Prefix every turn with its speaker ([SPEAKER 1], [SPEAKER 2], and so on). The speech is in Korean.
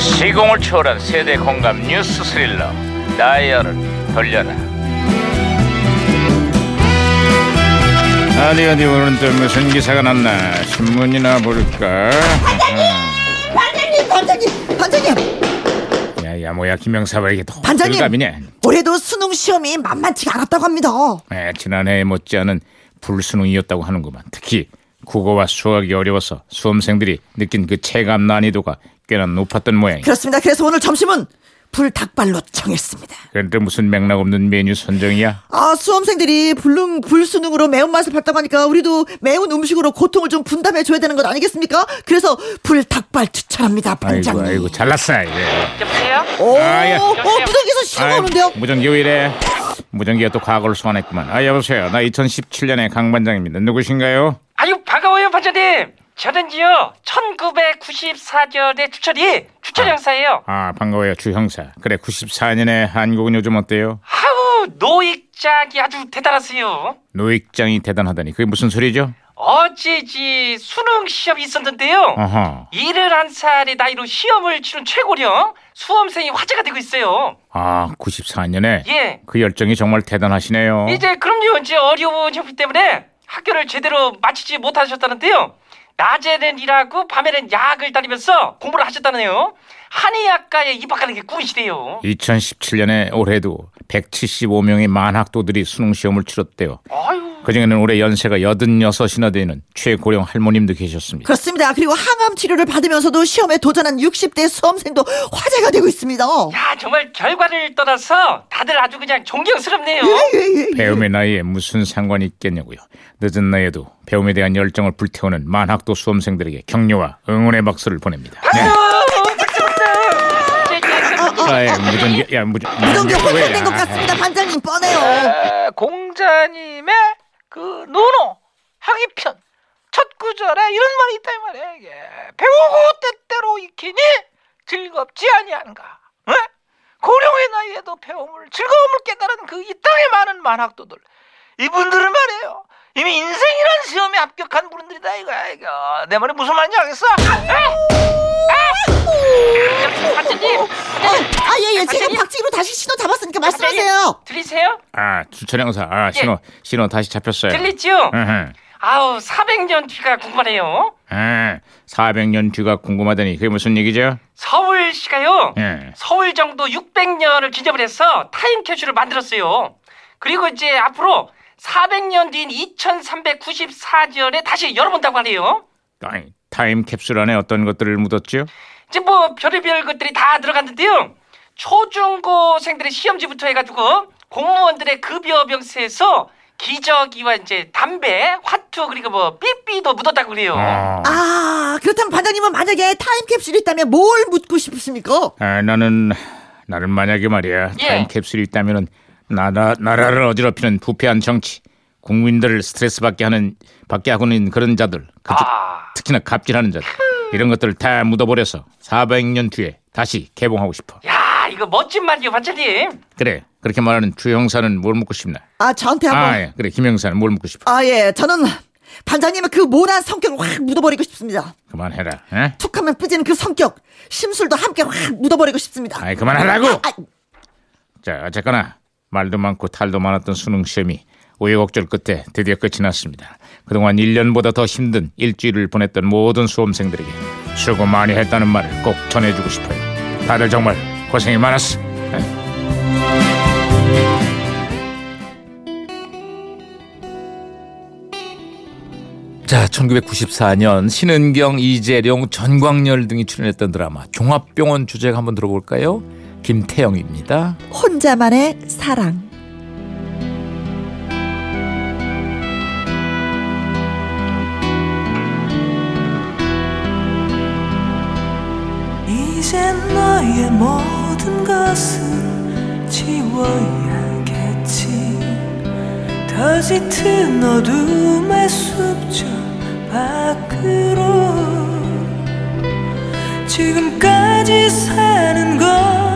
[SPEAKER 1] 시공을 초월한 세대 공감 뉴스 스릴러 다이얼을 돌려라 어디 어디 오늘은 또 무슨 기사가 났나 신문이나 볼까
[SPEAKER 2] 반장님, 반장님, 반장님,
[SPEAKER 1] 야야 뭐야 김영사가 이게 또
[SPEAKER 2] 반장님.
[SPEAKER 1] 들감이냐
[SPEAKER 2] 올해도 수능 시험이 만만치가 않았다고 합니다.
[SPEAKER 1] 에, 예, 지난해에 못지않은 불수능이었다고 하는구만 특히 국어와 수학이 어려워서 수험생들이 느낀 그 체감 난이도가 꽤나 높았던 모양이야
[SPEAKER 2] 그렇습니다. 그래서 오늘 점심은 불닭발로 정했습니다.
[SPEAKER 1] 그런데 무슨 맥락 없는 메뉴 선정이야
[SPEAKER 2] 아, 수험생들이 불능, 불수능으로 매운맛을 봤다고 하니까 우리도 매운 음식으로 고통을 좀 분담해 줘야 되는 것 아니겠습니까? 그래서 불닭발 추천합니다,
[SPEAKER 1] 아이고
[SPEAKER 2] 반장님.
[SPEAKER 1] 아이고 잘났어 이래
[SPEAKER 3] 여보세요?
[SPEAKER 2] 오,
[SPEAKER 1] 아, 예.
[SPEAKER 2] 어, 부정기에서 신호가 오는데요?
[SPEAKER 1] 아이, 뭐. 무전기 왜 이래? 무전기가 또 과거를 소환했구만. 아 여보세요. 나 2017년의 강 반장입니다. 누구신가요?
[SPEAKER 3] 아유 반가워요 반장님 저는요 1994년의 추철이 추철 형사예요
[SPEAKER 1] 아 반가워요 주 형사. 그래 94년의 한국은 요즘 어때요?
[SPEAKER 3] 아우 노익장이 아주 대단하세요
[SPEAKER 1] 노익장이 대단하다니 그게 무슨 소리죠?
[SPEAKER 3] 어제 지 수능 시험이 있었는데요
[SPEAKER 1] 어허.
[SPEAKER 3] 71살의 나이로 시험을 치른 최고령 수험생이 화제가 되고 있어요
[SPEAKER 1] 아 94년에
[SPEAKER 3] 예
[SPEAKER 1] 그 열정이 정말 대단하시네요.
[SPEAKER 3] 이제 그럼요 이제 어려운 형편 때문에 학교를 제대로 마치지 못하셨다는데요. 낮에는 일하고 밤에는 야학을 다니면서 공부를 하셨다네요. 한의학과에 입학하는 게
[SPEAKER 1] 예.
[SPEAKER 3] 꿈이시대요.
[SPEAKER 1] 2017년에 올해도 175명의 만학도들이 수능 시험을 치렀대요.
[SPEAKER 3] 아유,
[SPEAKER 1] 그중에는 올해 연세가 86이나 되는 최고령 할머님도 계셨습니다.
[SPEAKER 2] 그렇습니다. 그리고 항암 치료를 받으면서도 시험에 도전한 60대 수험생도 화제가 되고 있습니다.
[SPEAKER 3] 야 정말 결과를 떠나서 다들 아주 그냥 존경스럽네요.
[SPEAKER 2] 예, 예, 예.
[SPEAKER 1] 배움의 나이에 무슨 상관이 있겠냐고요. 늦은 나이에도 배움에 대한 열정을 불태우는 만학도 수험생들에게 격려와 응원의 박수를 보냅니다. 네.
[SPEAKER 3] 아유, 박수합니다. 이제 이제
[SPEAKER 1] 아, 예, 무전기, 야, 무전,
[SPEAKER 2] 무전기
[SPEAKER 1] 왜,
[SPEAKER 2] 혼선된 것
[SPEAKER 1] 아,
[SPEAKER 2] 같습니다, 반장님. 뻔해요.
[SPEAKER 4] 공자님의 그 노노 학이편 첫 구절에 이런 말이 있다 이 말이야 이게 배우고 때때로 익히니 즐겁지 아니한가 에? 고령의 나이에도 배움을 즐거움을 깨달은 그 이 땅의 많은 만학도들 이분들은 말이에요 이미 인생이란 시험에 합격한 분들이다 이거야 이거 내 말이 무슨 말인지 알겠어?
[SPEAKER 3] 반장님
[SPEAKER 2] 아, 예, 예. 제가 박치기로 다시 신호 잡았으니까 말씀하세요.
[SPEAKER 3] 들리세요?
[SPEAKER 1] 아, 주철 형사, 아, 신호, 신호 다시 잡혔어요.
[SPEAKER 3] 들리죠?
[SPEAKER 1] 으흠.
[SPEAKER 3] 아우 400년 뒤가 궁금하네요.
[SPEAKER 1] 아, 400년 뒤가 궁금하다니 그게 무슨 얘기죠?
[SPEAKER 3] 서울시가요.
[SPEAKER 1] 예.
[SPEAKER 3] 서울 정도 600년을 기념을 해서 타임 캡슐을 만들었어요. 그리고 이제 앞으로 400년 뒤인 2394년에 다시 열어본다고 하네요.
[SPEAKER 1] 아이, 타임 캡슐 안에 어떤 것들을 묻었죠?
[SPEAKER 3] 이제 뭐 별의별 것들이 다 들어갔는데요. 초중고생들의 시험지부터 해가지고 공무원들의 급여 병세에서 기저귀와 이제 담배, 화투 그리고 뭐 삐삐도 묻었다고 그래요.
[SPEAKER 1] 아,
[SPEAKER 2] 아, 그렇다면 반장님은 만약에 타임캡슐이 있다면 뭘 묻고 싶으십니까?
[SPEAKER 1] 아, 나는, 나는 만약에 말이야,
[SPEAKER 3] 예.
[SPEAKER 1] 타임 캡슐이 있다면은 나라, 나라를 어지럽히는 부패한 정치, 국민들을 스트레스 받게 하는, 받게 하고 있는 그런 자들, 그, 중-
[SPEAKER 3] 아.
[SPEAKER 1] 특히나 갑질하는 자들 이런 것들을 다 묻어버려서 400년 뒤에 다시 개봉하고 싶어.
[SPEAKER 3] 야, 이거 멋진 말이요, 반장님.
[SPEAKER 1] 그래 그렇게 말하는 주 형사는 뭘 묻고 싶나?
[SPEAKER 2] 아, 저한테
[SPEAKER 3] 뭐.
[SPEAKER 2] 한번.
[SPEAKER 1] 아 예. 그래 김 형사는 뭘 묻고 싶어?
[SPEAKER 2] 아, 예. 저는 반장님의 그 모난 성격을 확 묻어버리고 싶습니다.
[SPEAKER 1] 그만해라. 예? 에?
[SPEAKER 2] 툭 하면 삐지는 그 성격, 심술도 함께 확 묻어버리고 싶습니다.
[SPEAKER 1] 아이 그만하라고.
[SPEAKER 2] 아,
[SPEAKER 1] 자 어쨌거나 말도 많고 탈도 많았던 수능 시험이 우여곡절 끝에 드디어 끝이 났습니다. 그동안 1년보다 더 힘든 일주일을 보냈던 모든 수험생들에게 수고 많이 했다는 말을 꼭 전해주고 싶어요. 다들 정말 고생이 많았어. 예?
[SPEAKER 5] 자, 1994년 신은경, 이재룡, 전광열 등이 출연했던 드라마 종합병원 주제가 한번 들어볼까요? 김태영입니다.
[SPEAKER 2] 혼자만의 사랑.
[SPEAKER 6] 이젠 너의 모든 것은 지워야겠지 더 짙은 어둠의 숲저 밖으로 지금까지 사는 건